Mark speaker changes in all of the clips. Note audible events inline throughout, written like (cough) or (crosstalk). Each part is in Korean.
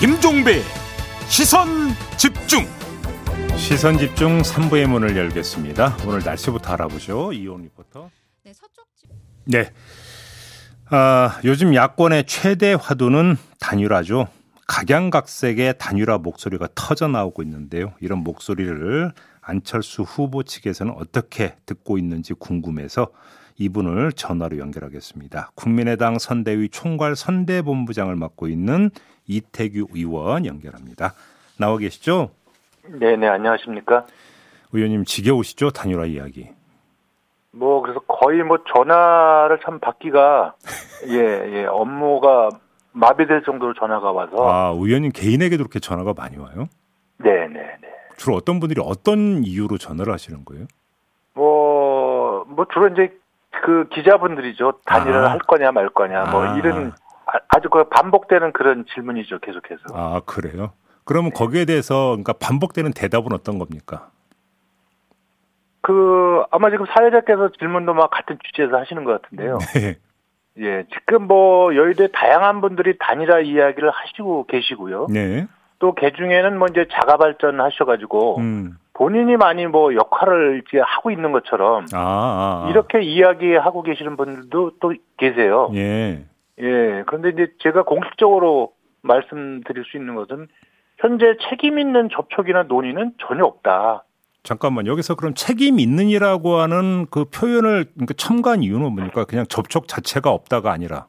Speaker 1: 김종배 시선 집중.
Speaker 2: 시선 집중 3부의 문을 열겠습니다. 오늘 날씨부터 알아보죠. 이온 리포터.
Speaker 3: 네, 서쪽 지역
Speaker 2: 네. 아, 요즘 야권의 최대 화두는 단일화죠. 각양각색의 단일화 목소리가 터져 나오고 있는데요. 이런 목소리를 안철수 후보 측에서는 어떻게 듣고 있는지 궁금해서 이분을 전화로 연결하겠습니다. 국민의당 선대위 총괄 선대본부장을 맡고 있는 이태규 의원 연결합니다. 나와 계시죠?
Speaker 4: 네네 안녕하십니까.
Speaker 2: 의원님 지겨우시죠? 단일화 이야기.
Speaker 4: 뭐 그래서 거의 뭐 전화를 참 받기가 (laughs) 예예 업무가 마비될 정도로 전화가 와서
Speaker 2: 아, 의원님 개인에게도 그렇게 전화가 많이 와요?
Speaker 4: 네네네
Speaker 2: 주로 어떤 분들이 어떤 이유로 전화를 하시는 거예요?
Speaker 4: 뭐 뭐 주로 이제 그 기자분들이죠 단일화를
Speaker 2: 아.
Speaker 4: 할 거냐 말 거냐 뭐
Speaker 2: 아.
Speaker 4: 이런 아- 아주 그 반복되는 그런 질문이죠 계속해서
Speaker 2: 아, 그래요? 그러면 거기에 대해서 그러니까 반복되는 대답은 어떤 겁니까? (laughs)
Speaker 4: 그 아마 지금 사회자께서 질문도 막 같은 주제에서 하시는 것 같은데요
Speaker 2: 네.
Speaker 4: 예 지금 뭐 여의도에 다양한 분들이 단일화 이야기를 하시고 계시고요
Speaker 2: 네.
Speaker 4: 또 개중에는 뭐 이제 자가 발전하셔가지고
Speaker 2: 음.
Speaker 4: 본인이 많이 뭐 역할을 이제 하고 있는 것처럼
Speaker 2: 아, 아, 아.
Speaker 4: 이렇게 이야기하고 계시는 분들도 또 계세요.
Speaker 2: 예.
Speaker 4: 예. 그런데 이제 제가 공식적으로 말씀드릴 수 있는 것은 현재 책임 있는 접촉이나 논의는 전혀 없다.
Speaker 2: 잠깐만 여기서 그럼 책임 있는이라고 하는 그 표현을 그러니까 첨가한 이유는 뭡니까? 그냥 접촉 자체가 없다가 아니라.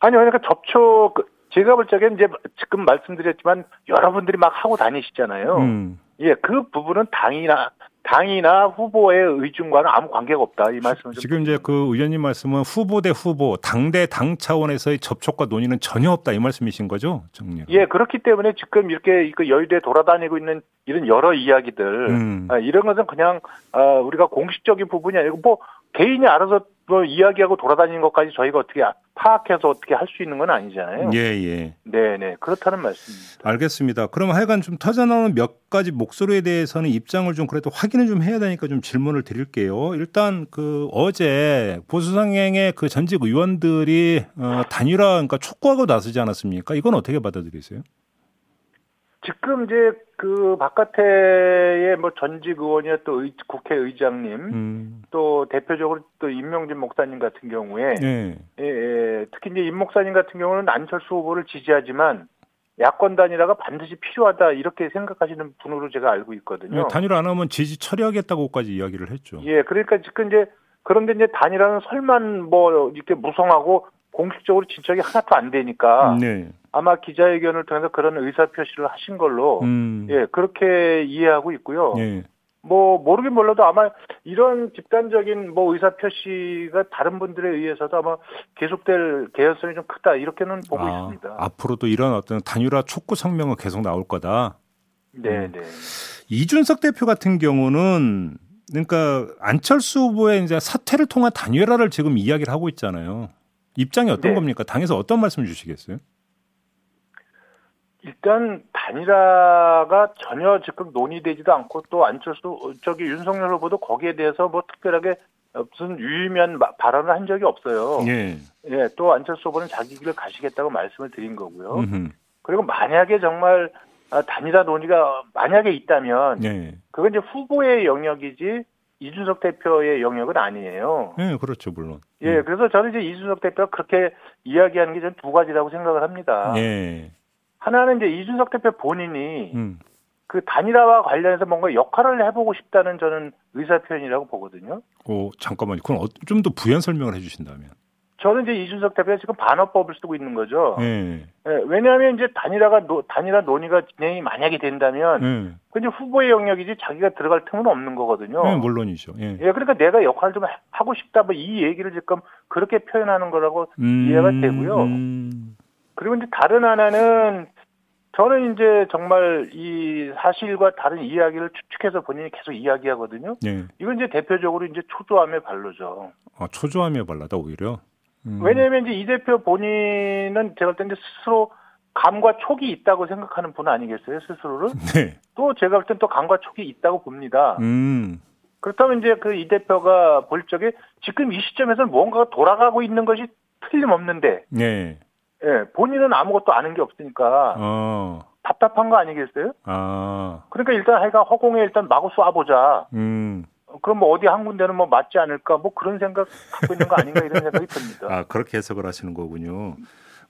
Speaker 4: 아니 그러니까 접촉 제가 볼 적엔 이제 지금 말씀드렸지만 여러분들이 막 하고 다니시잖아요.
Speaker 2: 음.
Speaker 4: 예, 그 부분은 당이나 당이나 후보의 의중과는 아무 관계가 없다. 이 말씀을 좀
Speaker 2: 지금 이제 그 의원님 말씀은 후보 대 후보, 당 대 당 차원에서의 접촉과 논의는 전혀 없다 이 말씀이신 거죠? 정리.
Speaker 4: 예, 그렇기 때문에 지금 이렇게 그 여의도에 돌아다니고 있는 이런 여러 이야기들,
Speaker 2: 음.
Speaker 4: 아, 이런 것은 그냥, 아, 우리가 공식적인 부분이 아니고, 뭐, 개인이 알아서 뭐 이야기하고 돌아다니는 것까지 저희가 어떻게 아- 파악해서 어떻게 할 수 있는 건 아니잖아요.
Speaker 2: 예, 예.
Speaker 4: 네네. 그렇다는 말씀입니다.
Speaker 2: 알겠습니다. 그럼 하여간 좀 터져나오는 몇 가지 목소리에 대해서는 입장을 좀 그래도 확인을 좀 해야 되니까 좀 질문을 드릴게요. 일단 그 어제 보수상행의 그 전직 의원들이 어, 단일화 그러니까 촉구하고 나서지 않았습니까? 이건 어떻게 받아들이세요?
Speaker 4: 지금 이제 그 바깥에 뭐 전직 의원이나 또 의- 국회의장님,
Speaker 2: 음.
Speaker 4: 또 대표적으로 또 임명진 목사님 같은 경우에
Speaker 2: 예.
Speaker 4: 예, 예. 특히 이제 임 목사님 같은 경우는 안철수 후보를 지지하지만 야권 단일화가 반드시 필요하다 이렇게 생각하시는 분으로 제가 알고 있거든요.
Speaker 2: 네. 단일화 안 하면 지지 처리하겠다고까지 이야기를 했죠.
Speaker 4: 예, 그러니까 지금 이제 그런데 이제 단일화는 설만 뭐 이렇게 무성하고 공식적으로 진척이 하나도 안 되니까
Speaker 2: 네.
Speaker 4: 아마 기자회견을 통해서 그런 의사 표시를 하신 걸로
Speaker 2: 음.
Speaker 4: 예 어. 그렇게 이해하고 있고요.
Speaker 2: 예.
Speaker 4: 뭐 모르긴 몰라도 아마 이런 집단적인 뭐 의사 표시가 다른 분들에 의해서도 아마 계속될 개연성이 좀 크다 이렇게는 보고
Speaker 2: 아,
Speaker 4: 있습니다.
Speaker 2: 앞으로도 이런 어떤 단일화 촉구 성명은 계속 나올 거다. 음.
Speaker 4: 네, 네.
Speaker 2: 이준석 대표 같은 경우는 그러니까 안철수 후보의 이제 사퇴를 통한 단일화를 지금 이야기를 하고 있잖아요. 입장이 어떤
Speaker 4: 네.
Speaker 2: 겁니까? 당에서 어떤 말씀 을 주시겠어요?
Speaker 4: 일단 단일화가 전혀 지금 논의되지도 않고 또 안철수 어, 저기 윤석열 후보도 거기에 대해서 뭐 특별하게 무슨 유의미한 마- 발언을 한 적이 없어요. 예.
Speaker 2: 예.
Speaker 4: 또 안철수 후보는 자기 길을 가시겠다고 말씀을 드린 거고요.
Speaker 2: 음흠.
Speaker 4: 그리고 만약에 정말 아, 단일화 논의가 만약에 있다면
Speaker 2: 예.
Speaker 4: 그건 이제 후보의 영역이지 이준석 대표의 영역은 아니에요.
Speaker 2: 예, 그렇죠, 물론.
Speaker 4: 예, 그래서 저는 이제 이준석 대표가 그렇게 이야기하는 게 저는 두 가지라고 생각을 합니다.
Speaker 2: 예.
Speaker 4: 하나는 이제 이준석 대표 본인이
Speaker 2: 음.
Speaker 4: 그 단일화와 관련해서 뭔가 역할을 해보고 싶다는 저는 의사 표현이라고 보거든요.
Speaker 2: 오, 어, 잠깐만요. 그건 좀 더 부연 설명을 해 주신다면.
Speaker 4: 저는 이제 이준석 대표가 지금 반어법을 쓰고 있는 거죠.
Speaker 2: 예.
Speaker 4: 예, 왜냐하면 이제 단일화가 노- 단일화 논의가 진행이 만약에 된다면
Speaker 2: 예.
Speaker 4: 그 이제 후보의 영역이지 자기가 들어갈 틈은 없는 거거든요.
Speaker 2: 예, 물론이죠. 예.
Speaker 4: 예, 그러니까 내가 역할을 좀 하- 하고 싶다, 뭐 이 얘기를 지금 그렇게 표현하는 거라고. 이해가 되고요.
Speaker 2: 음.
Speaker 4: 그리고 이제 다른 하나는 저는 이제 정말 이 사실과 다른 이야기를 추측해서 본인이 계속 이야기하거든요.
Speaker 2: 예.
Speaker 4: 이건 이제 대표적으로 이제 초조함의 발로죠.
Speaker 2: 아, 초조함에 발라다 오히려. 음.
Speaker 4: 왜냐하면 이제 이 대표 본인은 제가 볼때 이제 스스로 감과 촉이 있다고 생각하는 분 아니겠어요, 스스로를?
Speaker 2: 네.
Speaker 4: 또 제가 볼 땐 또 감과 촉이 있다고 봅니다.
Speaker 2: 음.
Speaker 4: 그렇다면 이제 그 이 대표가 볼 적에 지금 이 시점에서는 뭔가가 돌아가고 있는 것이 틀림없는데
Speaker 2: 예.
Speaker 4: 예, 본인은 아무것도 아는 게 없으니까
Speaker 2: 어,
Speaker 4: 답답한 거 아니겠어요?
Speaker 2: 아,
Speaker 4: 그러니까 일단 하여간 허공에 일단 마구 쏴보자.
Speaker 2: 음,
Speaker 4: 어, 그럼 뭐 어디 한 군데는 뭐 맞지 않을까 뭐 그런 생각 갖고 있는 거 아닌가 이런 생각이 듭니다.
Speaker 2: 아 그렇게 해석을 하시는 거군요.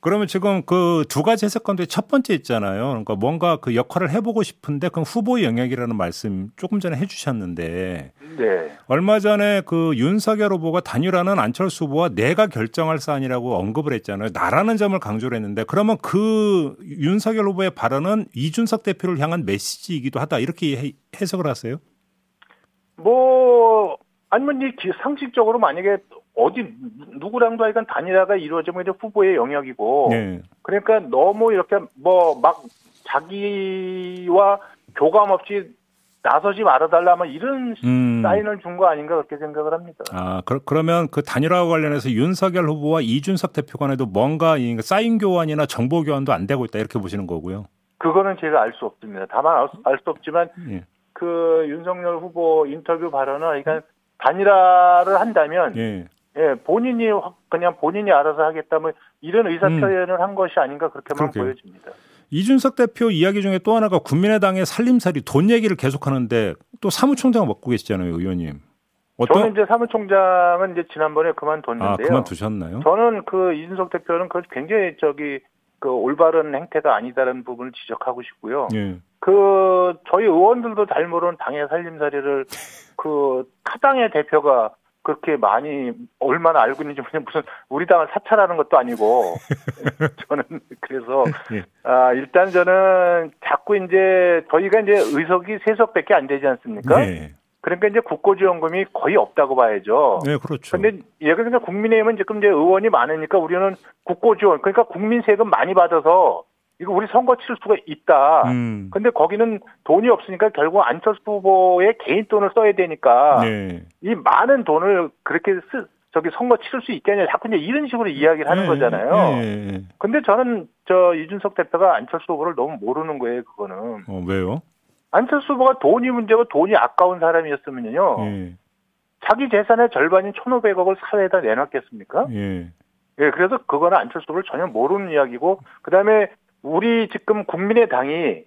Speaker 2: 그러면 지금 그 두 가지 해석 가운데 첫 번째 있잖아요. 그러니까 뭔가 그 역할을 해보고 싶은데 그건 후보의 영역이라는 말씀 조금 전에 해주셨는데
Speaker 4: 네.
Speaker 2: 얼마 전에 그 윤석열 후보가 단일화는 안철수 후보와 내가 결정할 사안이라고 언급을 했잖아요. 나라는 점을 강조를 했는데 그러면 그 윤석열 후보의 발언은 이준석 대표를 향한 메시지이기도 하다 이렇게 해- 해석을 하세요?
Speaker 4: 뭐 아니면 이 기- 상식적으로 만약에 어디 누- 누구랑도 하여간 단일화가 이루어지면 이제 후보의 영역이고
Speaker 2: 네.
Speaker 4: 그러니까 너무 이렇게 뭐 막 자기와 교감 없이 나서지 말아달라 면 이런
Speaker 2: 음.
Speaker 4: 사인을 준 거 아닌가 그렇게 생각을 합니다.
Speaker 2: 아, 그, 그러면 그 단일화와 관련해서 윤석열 후보와 이준석 대표 간에도 뭔가 이 사인 교환이나 정보 교환도 안 되고 있다 이렇게 보시는 거고요.
Speaker 4: 그거는 제가 알 수 없습니다. 다만 알 수 없지만
Speaker 2: 예.
Speaker 4: 그 윤석열 후보 인터뷰 발언은 그러니까 단일화를 한다면
Speaker 2: 예.
Speaker 4: 예, 본인이 확- 그냥 본인이 알아서 하겠다면 이런 의사
Speaker 2: 음.
Speaker 4: 표현을 한 것이 아닌가 그렇게만
Speaker 2: 그렇게요.
Speaker 4: 보여집니다.
Speaker 2: 이준석 대표 이야기 중에 또 하나가 국민의당의 살림살이 돈 얘기를 계속 하는데 또 사무총장 맡고 계시잖아요, 의원님.
Speaker 4: 저는 이제 사무총장은 이제 지난번에 그만뒀는데요.
Speaker 2: 아, 그만두셨나요?
Speaker 4: 저는 그 이준석 대표는 그 굉장히 저기 그 올바른 행태가 아니다라는 부분을 지적하고 싶고요.
Speaker 2: 예.
Speaker 4: 그 저희 의원들도 잘 모르는 당의 살림살이를 그 타당의 대표가 그렇게 많이 얼마나 알고 있는지 모르 무슨 우리 당을 사찰하는
Speaker 2: (laughs)
Speaker 4: 것도 아니고 저는 그래서
Speaker 2: 예.
Speaker 4: 아 일단 저는 자꾸 이제 저희가 이제 의석이 세 석밖에 안 되지 않습니까?
Speaker 2: 예.
Speaker 4: 그러니까 이제 국고지원금이 거의 없다고 봐야죠.
Speaker 2: 네, 그렇죠.
Speaker 4: 근데 예를 들면 국민의힘은 지금 이제 의원이 많으니까 우리는 국고지원 그러니까 국민 세금 많이 받아서 이거 우리 선거 치를 수가 있다.
Speaker 2: 음.
Speaker 4: 근데 거기는 돈이 없으니까 결국 안철수 후보의 개인 돈을 써야 되니까
Speaker 2: 예.
Speaker 4: 이 많은 돈을 그렇게 쓰 저기 선거 치를 수 있겠냐 자꾸 이제 이런 식으로 이야기를 하는
Speaker 2: 예, 예,
Speaker 4: 거잖아요.
Speaker 2: 예, 예.
Speaker 4: 근데 저는 저 이준석 대표가 안철수 후보를 너무 모르는 거예요 그거는
Speaker 2: 어, 왜요?
Speaker 4: 안철수 후보가 돈이 문제고 돈이 아까운 사람이었으면요
Speaker 2: 예.
Speaker 4: 자기 재산의 절반인 1,500억을 사회에다 내놨겠습니까?
Speaker 2: 예.
Speaker 4: 예, 그래서 그거는 안철수를 전혀 모르는 이야기고, 그 다음에 우리 지금 국민의당이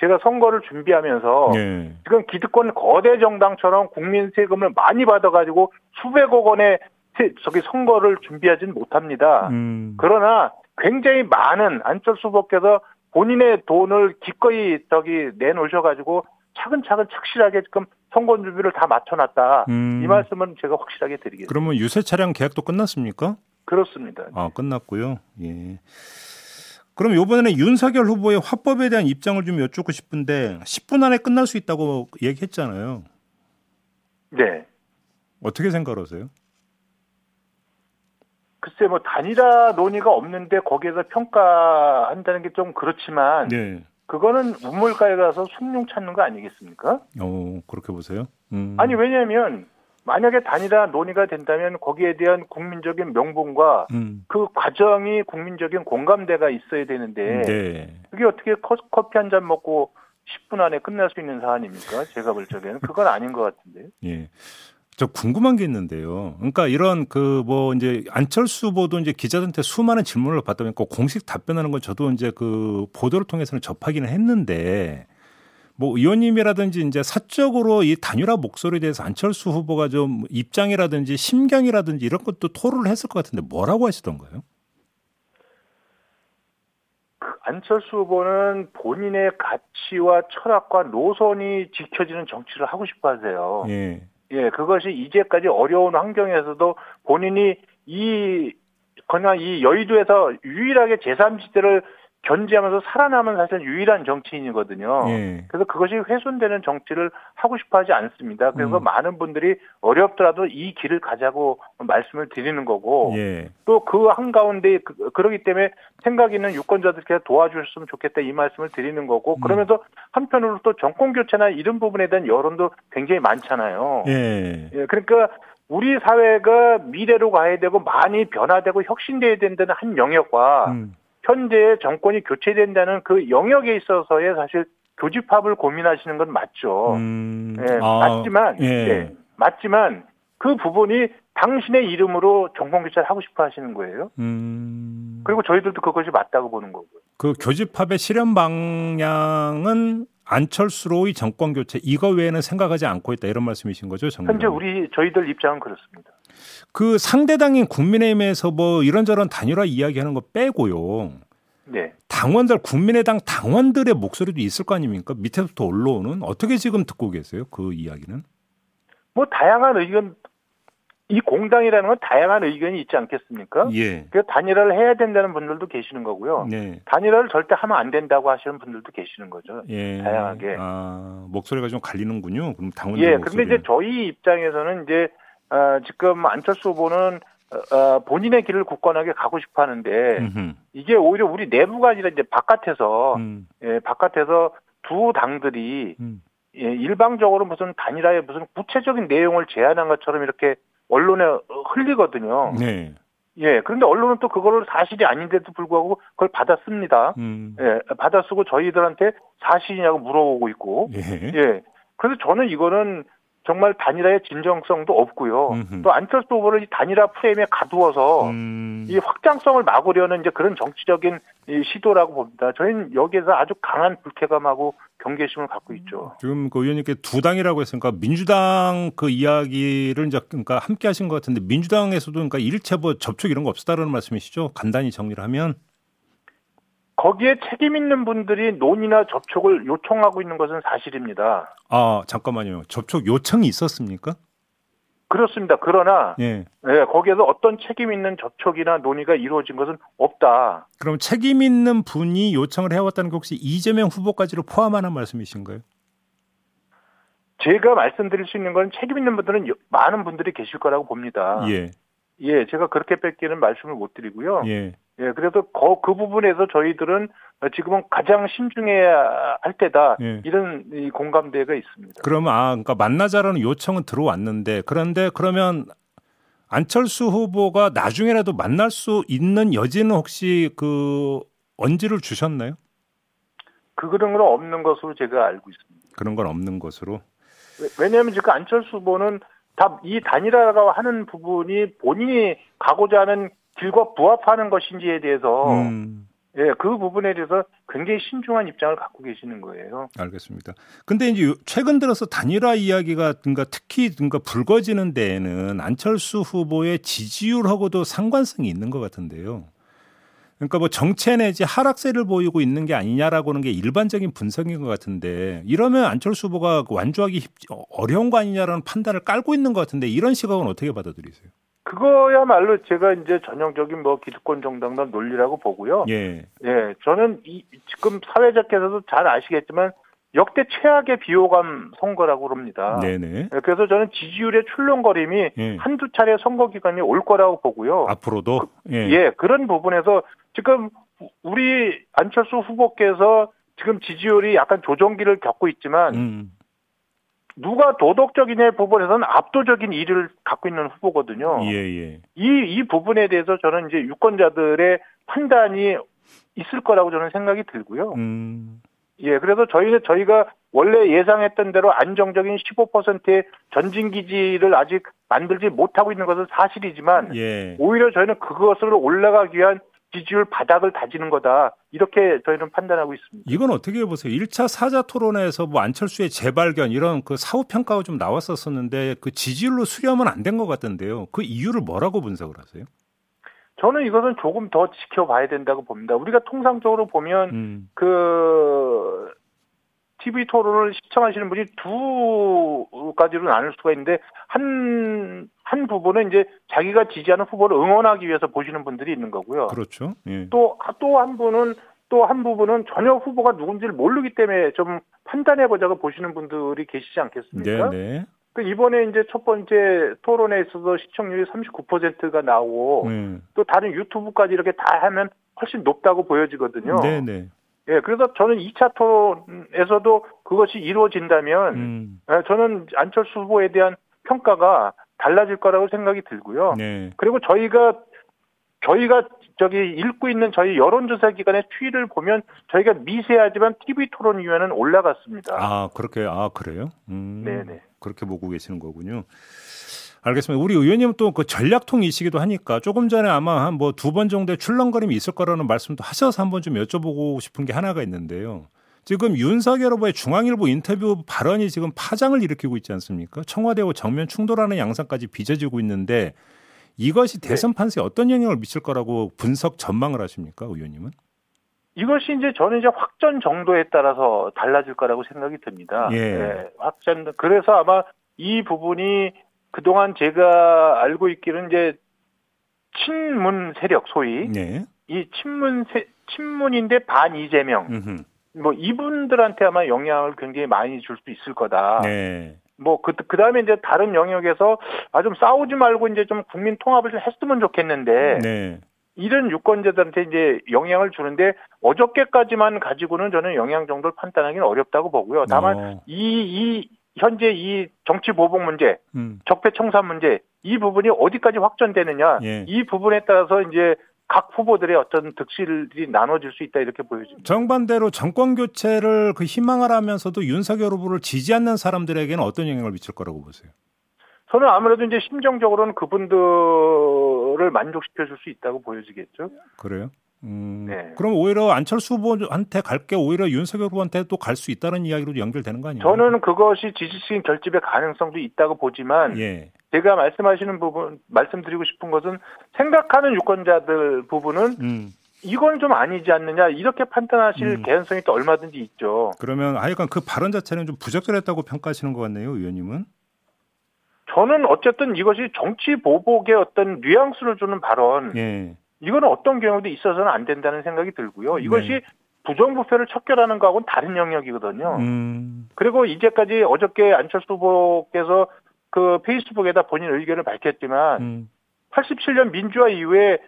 Speaker 4: 제가 선거를 준비하면서
Speaker 2: 예.
Speaker 4: 지금 기득권 거대 정당처럼 국민 세금을 많이 받아가지고 수백억 원의 세- 저기 선거를 준비하진 못합니다.
Speaker 2: 음.
Speaker 4: 아, 그러나 굉장히 많은 안철수 후보께서 본인의 돈을 기꺼이 저기 내놓으셔가지고 차근차근 착실하게 지금 선거 준비를 다 맞춰놨다.
Speaker 2: 음.
Speaker 4: 이 말씀은 제가 확실하게 드리겠습니다.
Speaker 2: 그러면 유세 차량 계약도 끝났습니까?
Speaker 4: 그렇습니다.
Speaker 2: 아, 끝났고요. 예. 그럼 요번에는 윤석열 후보의 화법에 대한 입장을 좀 여쭙고 싶은데 10분 안에 끝날 수 있다고 얘기했잖아요.
Speaker 4: 네.
Speaker 2: 어떻게 생각하세요?
Speaker 4: 글쎄 뭐 단일화 논의가 없는데 거기에서 평가한다는 게 좀 그렇지만
Speaker 2: 네.
Speaker 4: 그거는 우물가에 가서 숭늉 찾는 거 아니겠습니까?
Speaker 2: 어, 그렇게 보세요? 음.
Speaker 4: 아니 왜냐하면 만약에 단일화 논의가 된다면 거기에 대한 국민적인 명분과
Speaker 2: 음.
Speaker 4: 그 과정이 국민적인 공감대가 있어야 되는데
Speaker 2: 네.
Speaker 4: 그게 어떻게 커- 커피 한 잔 먹고 10분 안에 끝날 수 있는 사안입니까? 제가 볼 적에는 그건 아닌 것 같은데요.
Speaker 2: 예. 저 궁금한 게 있는데요. 그러니까 이런 그 뭐 이제 안철수 후보도 이제 기자들한테 수많은 질문을 받다 보니까 그 공식 답변하는 건 저도 이제 그 보도를 통해서는 접하기는 했는데 뭐 의원님이라든지 이제 사적으로 이 단일화 목소리에 대해서 안철수 후보가 좀 입장이라든지 심경이라든지 이런 것도 토론을 했을 것 같은데 뭐라고 하시던가요?
Speaker 4: 그 안철수 후보는 본인의 가치와 철학과 노선이 지켜지는 정치를 하고 싶어 하세요.
Speaker 2: 예.
Speaker 4: 예, 그것이 이제까지 어려운 환경에서도 본인이 이 그냥 이 여의도에서 유일하게 제3지대를 견제하면서 살아남은 사실 유일한 정치인이거든요.
Speaker 2: 예.
Speaker 4: 그래서 그것이 훼손되는 정치를 하고 싶어 하지 않습니다. 그래서
Speaker 2: 음.
Speaker 4: 많은 분들이 어렵더라도 이 길을 가자고 말씀을 드리는 거고
Speaker 2: 예.
Speaker 4: 또 그 한가운데 그, 그러기 때문에 생각 있는 유권자들께서 도와주셨으면 좋겠다 이 말씀을 드리는
Speaker 2: 음.
Speaker 4: 거고 그러면서 한편으로 또 정권 교체나 이런 부분에 대한 여론도 굉장히 많잖아요.
Speaker 2: 예.
Speaker 4: 예, 그러니까 우리 사회가 미래로 가야 되고 많이 변화되고 혁신돼야 된다는 한 영역과
Speaker 2: 음.
Speaker 4: 현재의 정권이 교체된다는 그 영역에 있어서의 사실 교집합을 고민하시는 건 맞죠.
Speaker 2: 음.
Speaker 4: 예,
Speaker 2: 아,
Speaker 4: 맞지만
Speaker 2: 예.
Speaker 4: 예, 맞지만 그 부분이 당신의 이름으로 정권 교체를 하고 싶어 하시는 거예요.
Speaker 2: 음.
Speaker 4: 그리고 저희들도 그것이 맞다고 보는 거고요.
Speaker 2: 그 교집합의 실현 방향은 안철수로의 정권 교체 이거 외에는 생각하지 않고 있다 이런 말씀이신 거죠, 정
Speaker 4: 현재
Speaker 2: 의원님?
Speaker 4: 우리 저희들 입장은 그렇습니다.
Speaker 2: 그 상대당인 국민의힘에서 뭐 이런저런 단일화 이야기하는 거 빼고요.
Speaker 4: 네.
Speaker 2: 당원들 국민의당 당원들의 목소리도 있을 거 아닙니까? 밑에서부터 올라오는 어떻게 지금 듣고 계세요? 그 이야기는?
Speaker 4: 뭐 다양한 의견 이 공당이라는 건 다양한 의견이 있지 않겠습니까?
Speaker 2: 예.
Speaker 4: 그래서 단일화를 해야 된다는 분들도 계시는 거고요.
Speaker 2: 네.
Speaker 4: 단일화를 절대 하면 안 된다고 하시는 분들도 계시는 거죠.
Speaker 2: 예.
Speaker 4: 다양하게.
Speaker 2: 아, 목소리가 좀 갈리는군요. 그럼 당원들
Speaker 4: 예,
Speaker 2: 목소리.
Speaker 4: 근데 이제 저희 입장에서는 이제 어, 지금 안철수 후보는 어, 어, 본인의 길을 굳건하게 가고 싶어 하는데
Speaker 2: 음흠.
Speaker 4: 이게 오히려 우리 내부가 아니라 이제 바깥에서
Speaker 2: 음,
Speaker 4: 예, 바깥에서 두 당들이
Speaker 2: 음.
Speaker 4: 예, 일방적으로 무슨 단일화의 무슨 구체적인 내용을 제안한 것처럼 이렇게 언론에 흘리거든요.
Speaker 2: 네.
Speaker 4: 예, 그런데 언론은 또 그거를 사실이 아닌데도 불구하고 그걸 받아씁니다.
Speaker 2: 음.
Speaker 4: 예, 받아쓰고 저희들한테 사실이냐고 물어보고 있고.
Speaker 2: 예.
Speaker 4: 예. 그래서 저는 이거는 정말 단일화의 진정성도 없고요.
Speaker 2: 음흠.
Speaker 4: 또 안철수 후보를 이 단일화 프레임에 가두어서
Speaker 2: 음.
Speaker 4: 이 확장성을 막으려는 이제 그런 정치적인 이 시도라고 봅니다. 저희는 여기에서 아주 강한 불쾌감하고 경계심을 갖고 있죠.
Speaker 2: 지금 그 의원님께 두 당이라고 했으니까 그러니까 민주당 그 이야기를 이제 그러니까 함께 하신 것 같은데 민주당에서도 그러니까 일체 뭐 접촉 이런 거 없었다라는 말씀이시죠? 간단히 정리를 하면
Speaker 4: 거기에 책임 있는 분들이 논의나 접촉을 요청하고 있는 것은 사실입니다.
Speaker 2: 아 잠깐만요 접촉 요청이 있었습니까?
Speaker 4: 그렇습니다. 그러나
Speaker 2: 예.
Speaker 4: 예, 거기에서 어떤 책임 있는 접촉이나 논의가 이루어진 것은 없다.
Speaker 2: 그럼 책임 있는 분이 요청을 해왔다는 게 혹시 이재명 후보까지로 포함하는 말씀이신가요?
Speaker 4: 제가 말씀드릴 수 있는 건 책임 있는 분들은 여- 많은 분들이 계실 거라고 봅니다.
Speaker 2: 예.
Speaker 4: 예, 제가 그렇게 뺏기는 말씀을 못 드리고요.
Speaker 2: 예.
Speaker 4: 예, 그래서 거, 그 부분에서 저희들은 지금은 가장 신중해야 할 때다.
Speaker 2: 예.
Speaker 4: 이런 이 공감대가 있습니다.
Speaker 2: 그러면 아 그러니까 만나자라는 요청은 들어왔는데 그런데 그러면 안철수 후보가 나중에라도 만날 수 있는 여지는 혹시 그 언지를 주셨나요?
Speaker 4: 그 그런 건 없는 것으로 제가 알고 있습니다.
Speaker 2: 그런 건 없는 것으로.
Speaker 4: 왜- 왜냐하면 지금 안철수 후보는 다 이 단일화라고 하는 부분이 본인이 가고자 하는 길과 부합하는 것인지에 대해서
Speaker 2: 음,
Speaker 4: 예, 그 부분에 대해서 굉장히 신중한 입장을 갖고 계시는 거예요.
Speaker 2: 알겠습니다. 근데 이제 요- 최근 들어서 단일화 이야기가 그러니까 특히 그러니까 불거지는 데에는 안철수 후보의 지지율하고도 상관성이 있는 것 같은데요. 그러니까 뭐 정체 내지 하락세를 보이고 있는 게 아니냐라고 하는 게 일반적인 분석인 것 같은데 이러면 안철수 후보가 완주하기 쉽- 어- 어려운 거 아니냐라는 판단을 깔고 있는 것 같은데 이런 시각은 어떻게 받아들이세요?
Speaker 4: 그거야말로 제가 이제 전형적인 뭐 기득권 정당단 논리라고 보고요.
Speaker 2: 예,
Speaker 4: 예, 저는 이 지금 사회자께서도 잘 아시겠지만 역대 최악의 비호감 선거라고 그럽니다.
Speaker 2: 네네.
Speaker 4: 예, 그래서 저는 지지율의 출렁거림이
Speaker 2: 예.
Speaker 4: 한두 차례 선거 기간이 올 거라고 보고요.
Speaker 2: 앞으로도 예,
Speaker 4: 예, 그런 부분에서 지금 우리 안철수 후보께서 지금 지지율이 약간 조정기를 겪고 있지만
Speaker 2: 음,
Speaker 4: 누가 도덕적이냐의 부분에서는 압도적인 일을 갖고 있는 후보거든요.
Speaker 2: 예, 예.
Speaker 4: 이, 이 부분에 대해서 저는 이제 유권자들의 판단이 있을 거라고 저는 생각이 들고요.
Speaker 2: 음,
Speaker 4: 예, 그래서 저희는 저희가 원래 예상했던 대로 안정적인 15%의 전진기지를 아직 만들지 못하고 있는 것은 사실이지만
Speaker 2: 예.
Speaker 4: 오히려 저희는 그것으로 올라가기 위한 지지율 바닥을 다지는 거다. 이렇게 저희는 판단하고 있습니다.
Speaker 2: 이건 어떻게 보세요? 1차 사자 토론회에서 뭐 안철수의 재발견 이런 그 사후 평가가 좀 나왔었었는데 그 지지율로 수렴은 안 된 것 같던데요. 그 이유를 뭐라고 분석을 하세요?
Speaker 4: 저는 이것은 조금 더 지켜봐야 된다고 봅니다. 우리가 통상적으로 보면
Speaker 2: 음,
Speaker 4: 그 TV 토론을 시청하시는 분이 두 가지로 나눌 수가 있는데 한, 한 부분은 이제 자기가 지지하는 후보를 응원하기 위해서 보시는 분들이 있는 거고요.
Speaker 2: 그렇죠. 예.
Speaker 4: 또, 또 한 분은 또 한 부분은 전혀 후보가 누군지를 모르기 때문에 좀 판단해보자고 보시는 분들이 계시지 않겠습니까?
Speaker 2: 네, 네.
Speaker 4: 그 이번에 이제 첫 번째 토론에 있어서 시청률이 39%가 나오고
Speaker 2: 네,
Speaker 4: 또 다른 유튜브까지 이렇게 다 하면 훨씬 높다고 보여지거든요.
Speaker 2: 네, 네.
Speaker 4: 예, 그래서 저는 2차 토론에서도 그것이 이루어진다면,
Speaker 2: 음,
Speaker 4: 예, 저는 안철수 후보에 대한 평가가 달라질 거라고 생각이 들고요.
Speaker 2: 네.
Speaker 4: 그리고 저희가, 저희가 저기 읽고 있는 저희 여론조사 기관의 추이를 보면 저희가 미세하지만 TV 토론 위원회는 올라갔습니다.
Speaker 2: 아 그렇게 아 그래요? 아, 음,
Speaker 4: 네네.
Speaker 2: 그렇게 보고 계시는 거군요. 알겠습니다. 우리 의원님 또 그 전략통이시기도 하니까 조금 전에 아마 한 뭐 두 번 정도의 출렁거림이 있을 거라는 말씀도 하셔서 한번 좀 여쭤보고 싶은 게 하나가 있는데요. 지금 윤석열 후보의 중앙일보 인터뷰 발언이 지금 파장을 일으키고 있지 않습니까? 청와대와 정면 충돌하는 양상까지 빚어지고 있는데 이것이
Speaker 4: 네.
Speaker 2: 대선 판세에 어떤 영향을 미칠 거라고 분석 전망을 하십니까, 의원님은?
Speaker 4: 이것이 이제 저는 이제 확전 정도에 따라서 달라질 거라고 생각이 듭니다. 네,
Speaker 2: 예.
Speaker 4: 확전. 그래서 아마 이 부분이 그동안 제가 알고 있기는 이제 친문 세력 소위
Speaker 2: 네.
Speaker 4: 이 친문 세, 친문인데 반 이재명
Speaker 2: 음흠.
Speaker 4: 뭐 이분들한테 아마 영향을 굉장히 많이 줄 수 있을 거다.
Speaker 2: 네.
Speaker 4: 뭐 그 그다음에 이제 다른 영역에서 아 좀 싸우지 말고 이제 좀 국민 통합을 좀 했으면 좋겠는데
Speaker 2: 네.
Speaker 4: 뭐 이런 유권자들한테 이제 영향을 주는데 어저께까지만 가지고는 저는 영향 정도를 판단하기는 어렵다고 보고요. 다만
Speaker 2: 어,
Speaker 4: 이 이 현재 이 정치 보복 문제,
Speaker 2: 음.
Speaker 4: 적폐 청산 문제 이 부분이 어디까지 확전되느냐
Speaker 2: 예.
Speaker 4: 이 부분에 따라서 이제 각 후보들의 어떤 득실이 나눠질 수 있다 이렇게 보여집니다.
Speaker 2: 정반대로 정권 교체를 그 희망을 하면서도 윤석열 후보를 지지 않는 사람들에게는 어떤 영향을 미칠 거라고 보세요?
Speaker 4: 저는 아무래도 이제 심정적으로는 그분들을 만족시켜 줄 수 있다고 보여지겠죠.
Speaker 2: 그래요? 음,
Speaker 4: 네.
Speaker 2: 그럼 오히려 안철수 후보한테 갈 게 오히려 윤석열 후보한테 또 갈 수 있다는 이야기로 연결되는 거 아니에요?
Speaker 4: 저는 그것이 지지층 결집의 가능성도 있다고 보지만
Speaker 2: 예,
Speaker 4: 제가 말씀하시는 부분 말씀드리고 싶은 것은 생각하는 유권자들 부분은
Speaker 2: 음,
Speaker 4: 이건 좀 아니지 않느냐 이렇게 판단하실
Speaker 2: 음.
Speaker 4: 개연성이 또 얼마든지 있죠.
Speaker 2: 그러면 하여간 그 발언 자체는 좀 부적절했다고 평가하시는 것 같네요, 의원님은.
Speaker 4: 저는 어쨌든 이것이 정치 보복의 어떤 뉘앙스를 주는 발언
Speaker 2: 예,
Speaker 4: 이건 어떤 경우도 있어서는 안 된다는 생각이 들고요. 이것이
Speaker 2: 네.
Speaker 4: 부정부패를 척결하는 거하고는 다른 영역이거든요.
Speaker 2: 음,
Speaker 4: 그리고 이제까지 어저께 안철수 후보께서 그 페이스북에다 본인 의견을 밝혔지만
Speaker 2: 음,
Speaker 4: 87년 민주화 이후에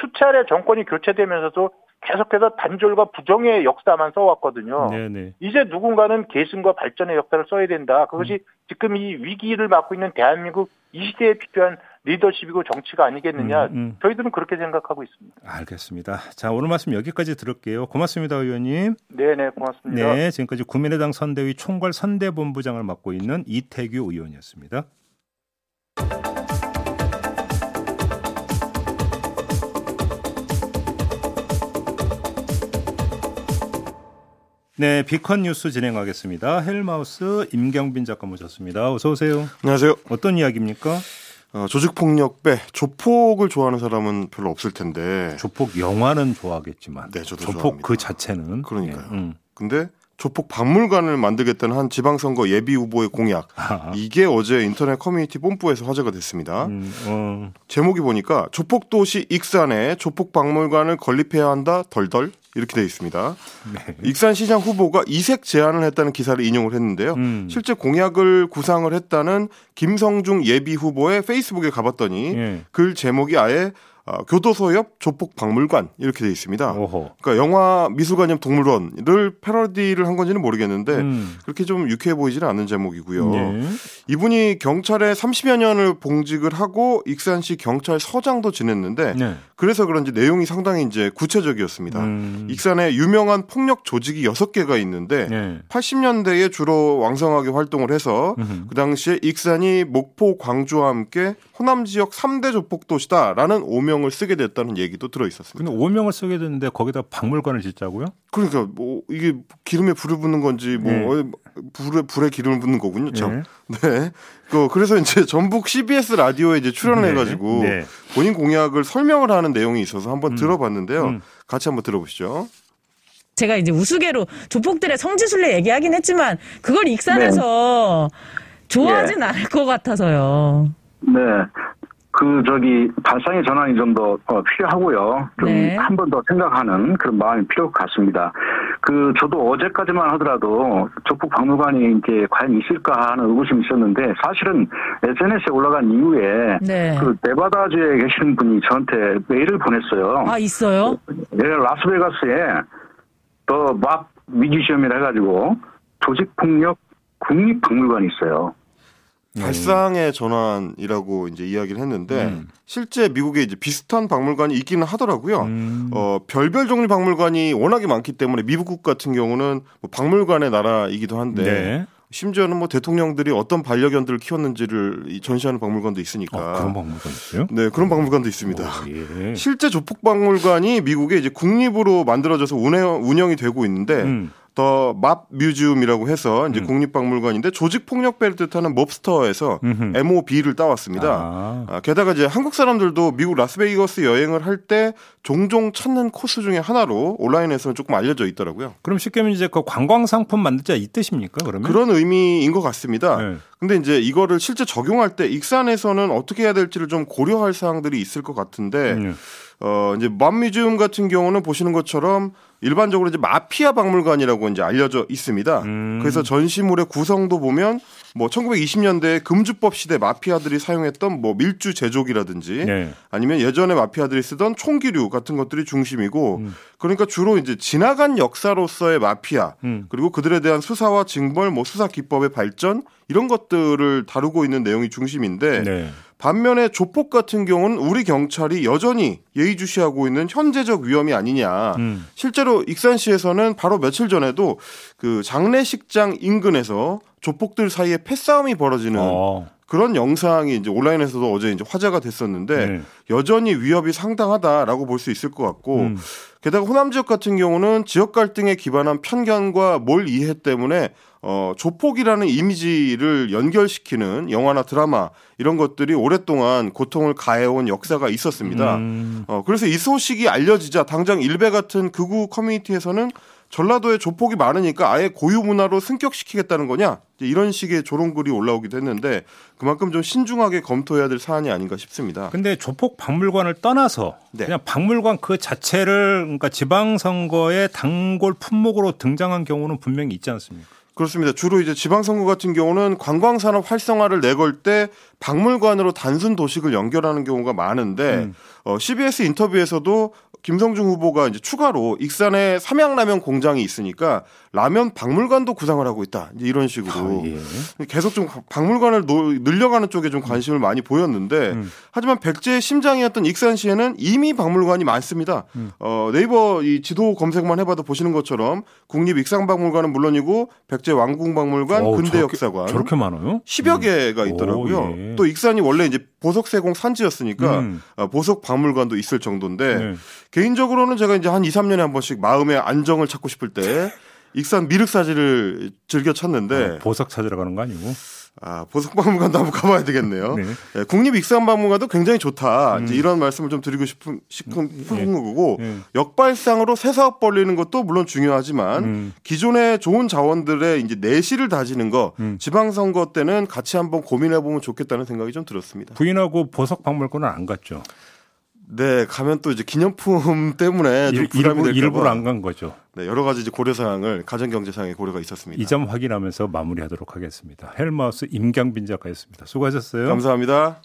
Speaker 4: 수차례 정권이 교체되면서도 계속해서 단절과 부정의 역사만 써왔거든요.
Speaker 2: 네, 네,
Speaker 4: 이제 누군가는 계승과 발전의 역사를 써야 된다. 그것이
Speaker 2: 음.
Speaker 4: 지금 이 위기를 맞고 있는 대한민국 이 시대에 필요한 리더십이고 정치가 아니겠느냐.
Speaker 2: 음, 음.
Speaker 4: 저희들은 그렇게 생각하고 있습니다.
Speaker 2: 알겠습니다. 자, 오늘 말씀 여기까지 들을게요. 고맙습니다, 의원님.
Speaker 4: 네네, 고맙습니다.
Speaker 2: 네, 지금까지 국민의당 선대위 총괄 선대본부장을 맡고 있는 이태규 의원이었습니다. 네, 비컨 뉴스 진행하겠습니다. 헬마우스 임경빈 작가 모셨습니다. 어서 오세요.
Speaker 3: 안녕하세요.
Speaker 2: 어떤 이야기입니까?
Speaker 3: 어, 조직폭력 빼 조폭을 좋아하는 사람은 별로 없을 텐데.
Speaker 2: 조폭 영화는 좋아하겠지만
Speaker 3: 네, 저도
Speaker 2: 조폭
Speaker 3: 좋아합니다.
Speaker 2: 그 자체는
Speaker 3: 그러니까요.
Speaker 2: 예, 음.
Speaker 3: 근데 조폭 박물관을 만들겠다는 한 지방선거 예비 후보의 공약.
Speaker 2: 아,
Speaker 3: 이게 어제 인터넷 커뮤니티 뽐뿌에서 화제가 됐습니다.
Speaker 2: 음, 어,
Speaker 3: 제목이 보니까 조폭 도시 익산에 조폭 박물관을 건립해야 한다. 덜덜 이렇게 돼 있습니다.
Speaker 2: 네.
Speaker 3: 익산시장 후보가 이색 제안을 했다는 기사를 인용을 했는데요.
Speaker 2: 음.
Speaker 3: 실제 공약을 구상을 했다는 김성중 예비 후보의 페이스북에 가봤더니
Speaker 2: 예.
Speaker 3: 글 제목이 아예 아, 교도소 옆 조폭 박물관 이렇게 돼 있습니다.
Speaker 2: 오호.
Speaker 3: 그러니까 영화 미술관념 동물원을 패러디를 한 건지는 모르겠는데
Speaker 2: 음.
Speaker 3: 그렇게 좀 유쾌해 보이지는 않은 제목이고요.
Speaker 2: 예.
Speaker 3: 이분이 경찰에 30여 년을 봉직을 하고 익산시 경찰서장도 지냈는데
Speaker 2: 네.
Speaker 3: 그래서 그런지 내용이 상당히 이제 구체적이었습니다.
Speaker 2: 음.
Speaker 3: 익산에 유명한 폭력 조직이 6개가 있는데
Speaker 2: 네.
Speaker 3: 80년대에 주로 왕성하게 활동을 해서
Speaker 2: 음흠.
Speaker 3: 그 당시에 익산이 목포, 광주와 함께 호남 지역 3대 조폭 도시다라는 오명을 쓰게 됐다는 얘기도 들어 있었습니다.
Speaker 2: 근데 오명을 쓰게 됐는데 거기다 박물관을 짓자고요?
Speaker 3: 그러니까 뭐 이게 기름에 불을 붓는 건지 뭐
Speaker 2: 네.
Speaker 3: 어이, 불에 불에 기름을 붓는 거군요. 참.
Speaker 2: 예.
Speaker 3: 네. 그 그래서 이제 전북 CBS 라디오에 이제 출연을
Speaker 2: 네.
Speaker 3: 해가지고
Speaker 2: 네.
Speaker 3: 본인 공약을 설명을 하는 내용이 있어서 한번 들어봤는데요.
Speaker 2: 음.
Speaker 3: 같이 한번 들어보시죠.
Speaker 5: 제가 이제 우스개로 조폭들의 성지순례 얘기하긴 했지만 그걸 익산에서 좋아하진 않을 것 같아서요.
Speaker 6: 네. 그 저기 발상의 전환이 좀 더 어, 필요하고요. 좀
Speaker 5: 네.
Speaker 6: 한 번 더 생각하는 그런 마음이 필요할 것 같습니다. 그 저도 어제까지만 하더라도 조폭 박물관이 이게 과연 있을까 하는 의구심이 있었는데 사실은 SNS에 올라간 이후에
Speaker 5: 네.
Speaker 6: 그 네바다주에 계시는 분이 저한테 메일을 보냈어요.
Speaker 5: 아 있어요?
Speaker 6: 예, 라스베가스에 더막 뮤지엄이라 해가지고 조직폭력 국립박물관이 있어요.
Speaker 3: 발상의 전환이라고 이제 이야기를 했는데
Speaker 2: 네. 음.
Speaker 3: 실제 미국에 이제 비슷한 박물관이 있기는 하더라고요.
Speaker 2: 음.
Speaker 3: 어, 별별 종류 박물관이 워낙에 많기 때문에 미국 같은 경우는 뭐 박물관의 나라이기도 한데
Speaker 2: 네.
Speaker 3: 심지어는 뭐 대통령들이 어떤 반려견들을 키웠는지를 이 전시하는 박물관도 있으니까.
Speaker 2: 어, 그런 박물관 있어요?
Speaker 3: 네, 그런 박물관도 아. 있습니다.
Speaker 2: 어, 예.
Speaker 3: 실제 조폭박물관이 미국의 이제 국립으로 만들어져서 운영, 운영이 되고 있는데
Speaker 2: 음.
Speaker 3: 더 맙 뮤지엄이라고 해서 이제
Speaker 2: 음.
Speaker 3: 국립박물관인데 조직 폭력배를 뜻하는 몹스터에서
Speaker 2: 음흠.
Speaker 3: MOB를 따왔습니다.
Speaker 2: 아,
Speaker 3: 아, 게다가 이제 한국 사람들도 미국 라스베이거스 여행을 할 때 종종 찾는 코스 중에 하나로 온라인에서는 조금 알려져 있더라고요.
Speaker 2: 그럼 쉽게 말해 이제 그 관광 상품 만들자 이 뜻입니까? 그러면
Speaker 3: 그런 의미인 것 같습니다.
Speaker 2: 음. 네.
Speaker 3: 근데 이제 이거를 실제 적용할 때 익산에서는 어떻게 해야 될지를 좀 고려할 사항들이 있을 것 같은데
Speaker 2: 음,
Speaker 3: 어 이제 맘뮤지엄 같은 경우는 보시는 것처럼 일반적으로 이제 마피아 박물관이라고 이제 알려져 있습니다.
Speaker 2: 음.
Speaker 3: 그래서 전시물의 구성도 보면 뭐 1920년대 금주법 시대 마피아들이 사용했던 뭐 밀주 제조기라든지
Speaker 2: 네.
Speaker 3: 아니면 예전에 마피아들이 쓰던 총기류 같은 것들이 중심이고
Speaker 2: 음.
Speaker 3: 그러니까 주로 이제 지나간 역사로서의 마피아
Speaker 2: 음.
Speaker 3: 그리고 그들에 대한 수사와 징벌 뭐 수사 기법의 발전 이런 것들을 다루고 있는 내용이 중심인데
Speaker 2: 네.
Speaker 3: 반면에 조폭 같은 경우는 우리 경찰이 여전히 예의주시하고 있는 현재적 위험이 아니냐.
Speaker 2: 음.
Speaker 3: 실제로 익산시에서는 바로 며칠 전에도 그 장례식장 인근에서 조폭들 사이에 패싸움이 벌어지는
Speaker 2: 어.
Speaker 3: 그런 영상이 이제 온라인에서도 어제 이제 화제가 됐었는데
Speaker 2: 네.
Speaker 3: 여전히 위협이 상당하다라고 볼 수 있을 것 같고
Speaker 2: 음.
Speaker 3: 게다가 호남 지역 같은 경우는 지역 갈등에 기반한 편견과 몰 이해 때문에 어, 조폭이라는 이미지를 연결시키는 영화나 드라마 이런 것들이 오랫동안 고통을 가해온 역사가 있었습니다.
Speaker 2: 음.
Speaker 3: 어, 그래서 이 소식이 알려지자 당장 일베 같은 극우 커뮤니티에서는 전라도에 조폭이 많으니까 아예 고유 문화로 승격시키겠다는 거냐 이제 이런 식의 조롱글이 올라오기도 했는데 그만큼 좀 신중하게 검토해야 될 사안이 아닌가 싶습니다.
Speaker 2: 근데 조폭 박물관을 떠나서
Speaker 3: 네.
Speaker 2: 그냥 박물관 그 자체를 그러니까 지방 선거의 단골 품목으로 등장한 경우는 분명히 있지 않습니까?
Speaker 3: 그렇습니다. 주로 이제 지방선거 같은 경우는 관광산업 활성화를 내걸 때 박물관으로 단순 도식을 연결하는 경우가 많은데 어, CBS 인터뷰에서도 김성중 후보가 이제 추가로 익산에 삼양라면 공장이 있으니까 라면 박물관도 구상을 하고 있다 이제 이런
Speaker 2: 아,
Speaker 3: 식으로
Speaker 2: 예.
Speaker 3: 계속 좀 박물관을 노- 늘려가는 쪽에 좀 관심을 많이 보였는데
Speaker 2: 음.
Speaker 3: 하지만 백제의 심장이었던 익산시에는 이미 박물관이 많습니다.
Speaker 2: 음.
Speaker 3: 어, 네이버 이 지도 검색만 해봐도 보시는 것처럼 국립 익산박물관은 물론이고 백제 왕궁박물관,
Speaker 2: 어우,
Speaker 3: 근대
Speaker 2: 저렇게-
Speaker 3: 역사관
Speaker 2: 저렇게 많아요?
Speaker 3: 10여 개가 있더라고요.
Speaker 2: 오, 예.
Speaker 3: 또 익산이 원래 이제 보석 세공 산지였으니까
Speaker 2: 음.
Speaker 3: 어, 보석 박물관도 있을 정도인데
Speaker 2: 네.
Speaker 3: 개인적으로는 제가 이제 한 2, 3년에 한 번씩 마음의 안정을 찾고 싶을 때 익산 미륵사지를 즐겨
Speaker 2: 아,
Speaker 3: 찾는데
Speaker 2: 보석 찾으러 가는 거 아니고.
Speaker 3: 아, 보석박물관도 한번 가봐야 되겠네요.
Speaker 2: 네. 음.
Speaker 3: 예, 국립익산박물관도 굉장히 좋다. 이제 이런 말씀을 좀 드리고 싶은 싶은 거고
Speaker 2: 예.
Speaker 3: 역발상으로 새 사업 벌리는 것도 물론 중요하지만
Speaker 2: 음.
Speaker 3: 기존의 좋은 자원들의 이제 내실을 다지는 거
Speaker 2: 음.
Speaker 3: 지방선거 때는 같이 한번 고민해 보면 좋겠다는 생각이 좀 들었습니다.
Speaker 2: 부인하고 보석 박물관은 안 갔죠.
Speaker 3: 네, 가면 또 이제 기념품 (laughs) 때문에 네, 좀
Speaker 2: 일,
Speaker 3: 부담이 될까
Speaker 2: 부러
Speaker 3: 봐.
Speaker 2: 안 간 거죠.
Speaker 3: 네, 여러 가지 이제 고려 사항을 가정 경제 상의 고려가 있었습니다.
Speaker 2: 이 점 확인하면서 마무리하도록 하겠습니다. 헬마우스 임경빈 작가였습니다. 수고하셨어요.
Speaker 3: 감사합니다.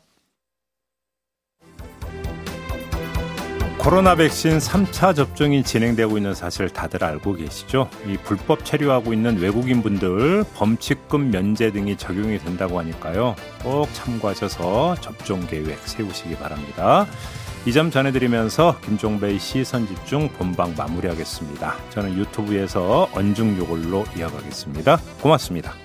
Speaker 2: 코로나 백신 3차 접종이 진행되고 있는 사실 다들 알고 계시죠? 이 불법 체류하고 있는 외국인분들 범칙금 면제 등이 적용이 된다고 하니까요. 꼭 참고하셔서 접종 계획 세우시기 바랍니다. 이 점 전해드리면서 김종배의 시선집중 본방 마무리하겠습니다. 저는 유튜브에서 언중요걸로 이어가겠습니다. 고맙습니다.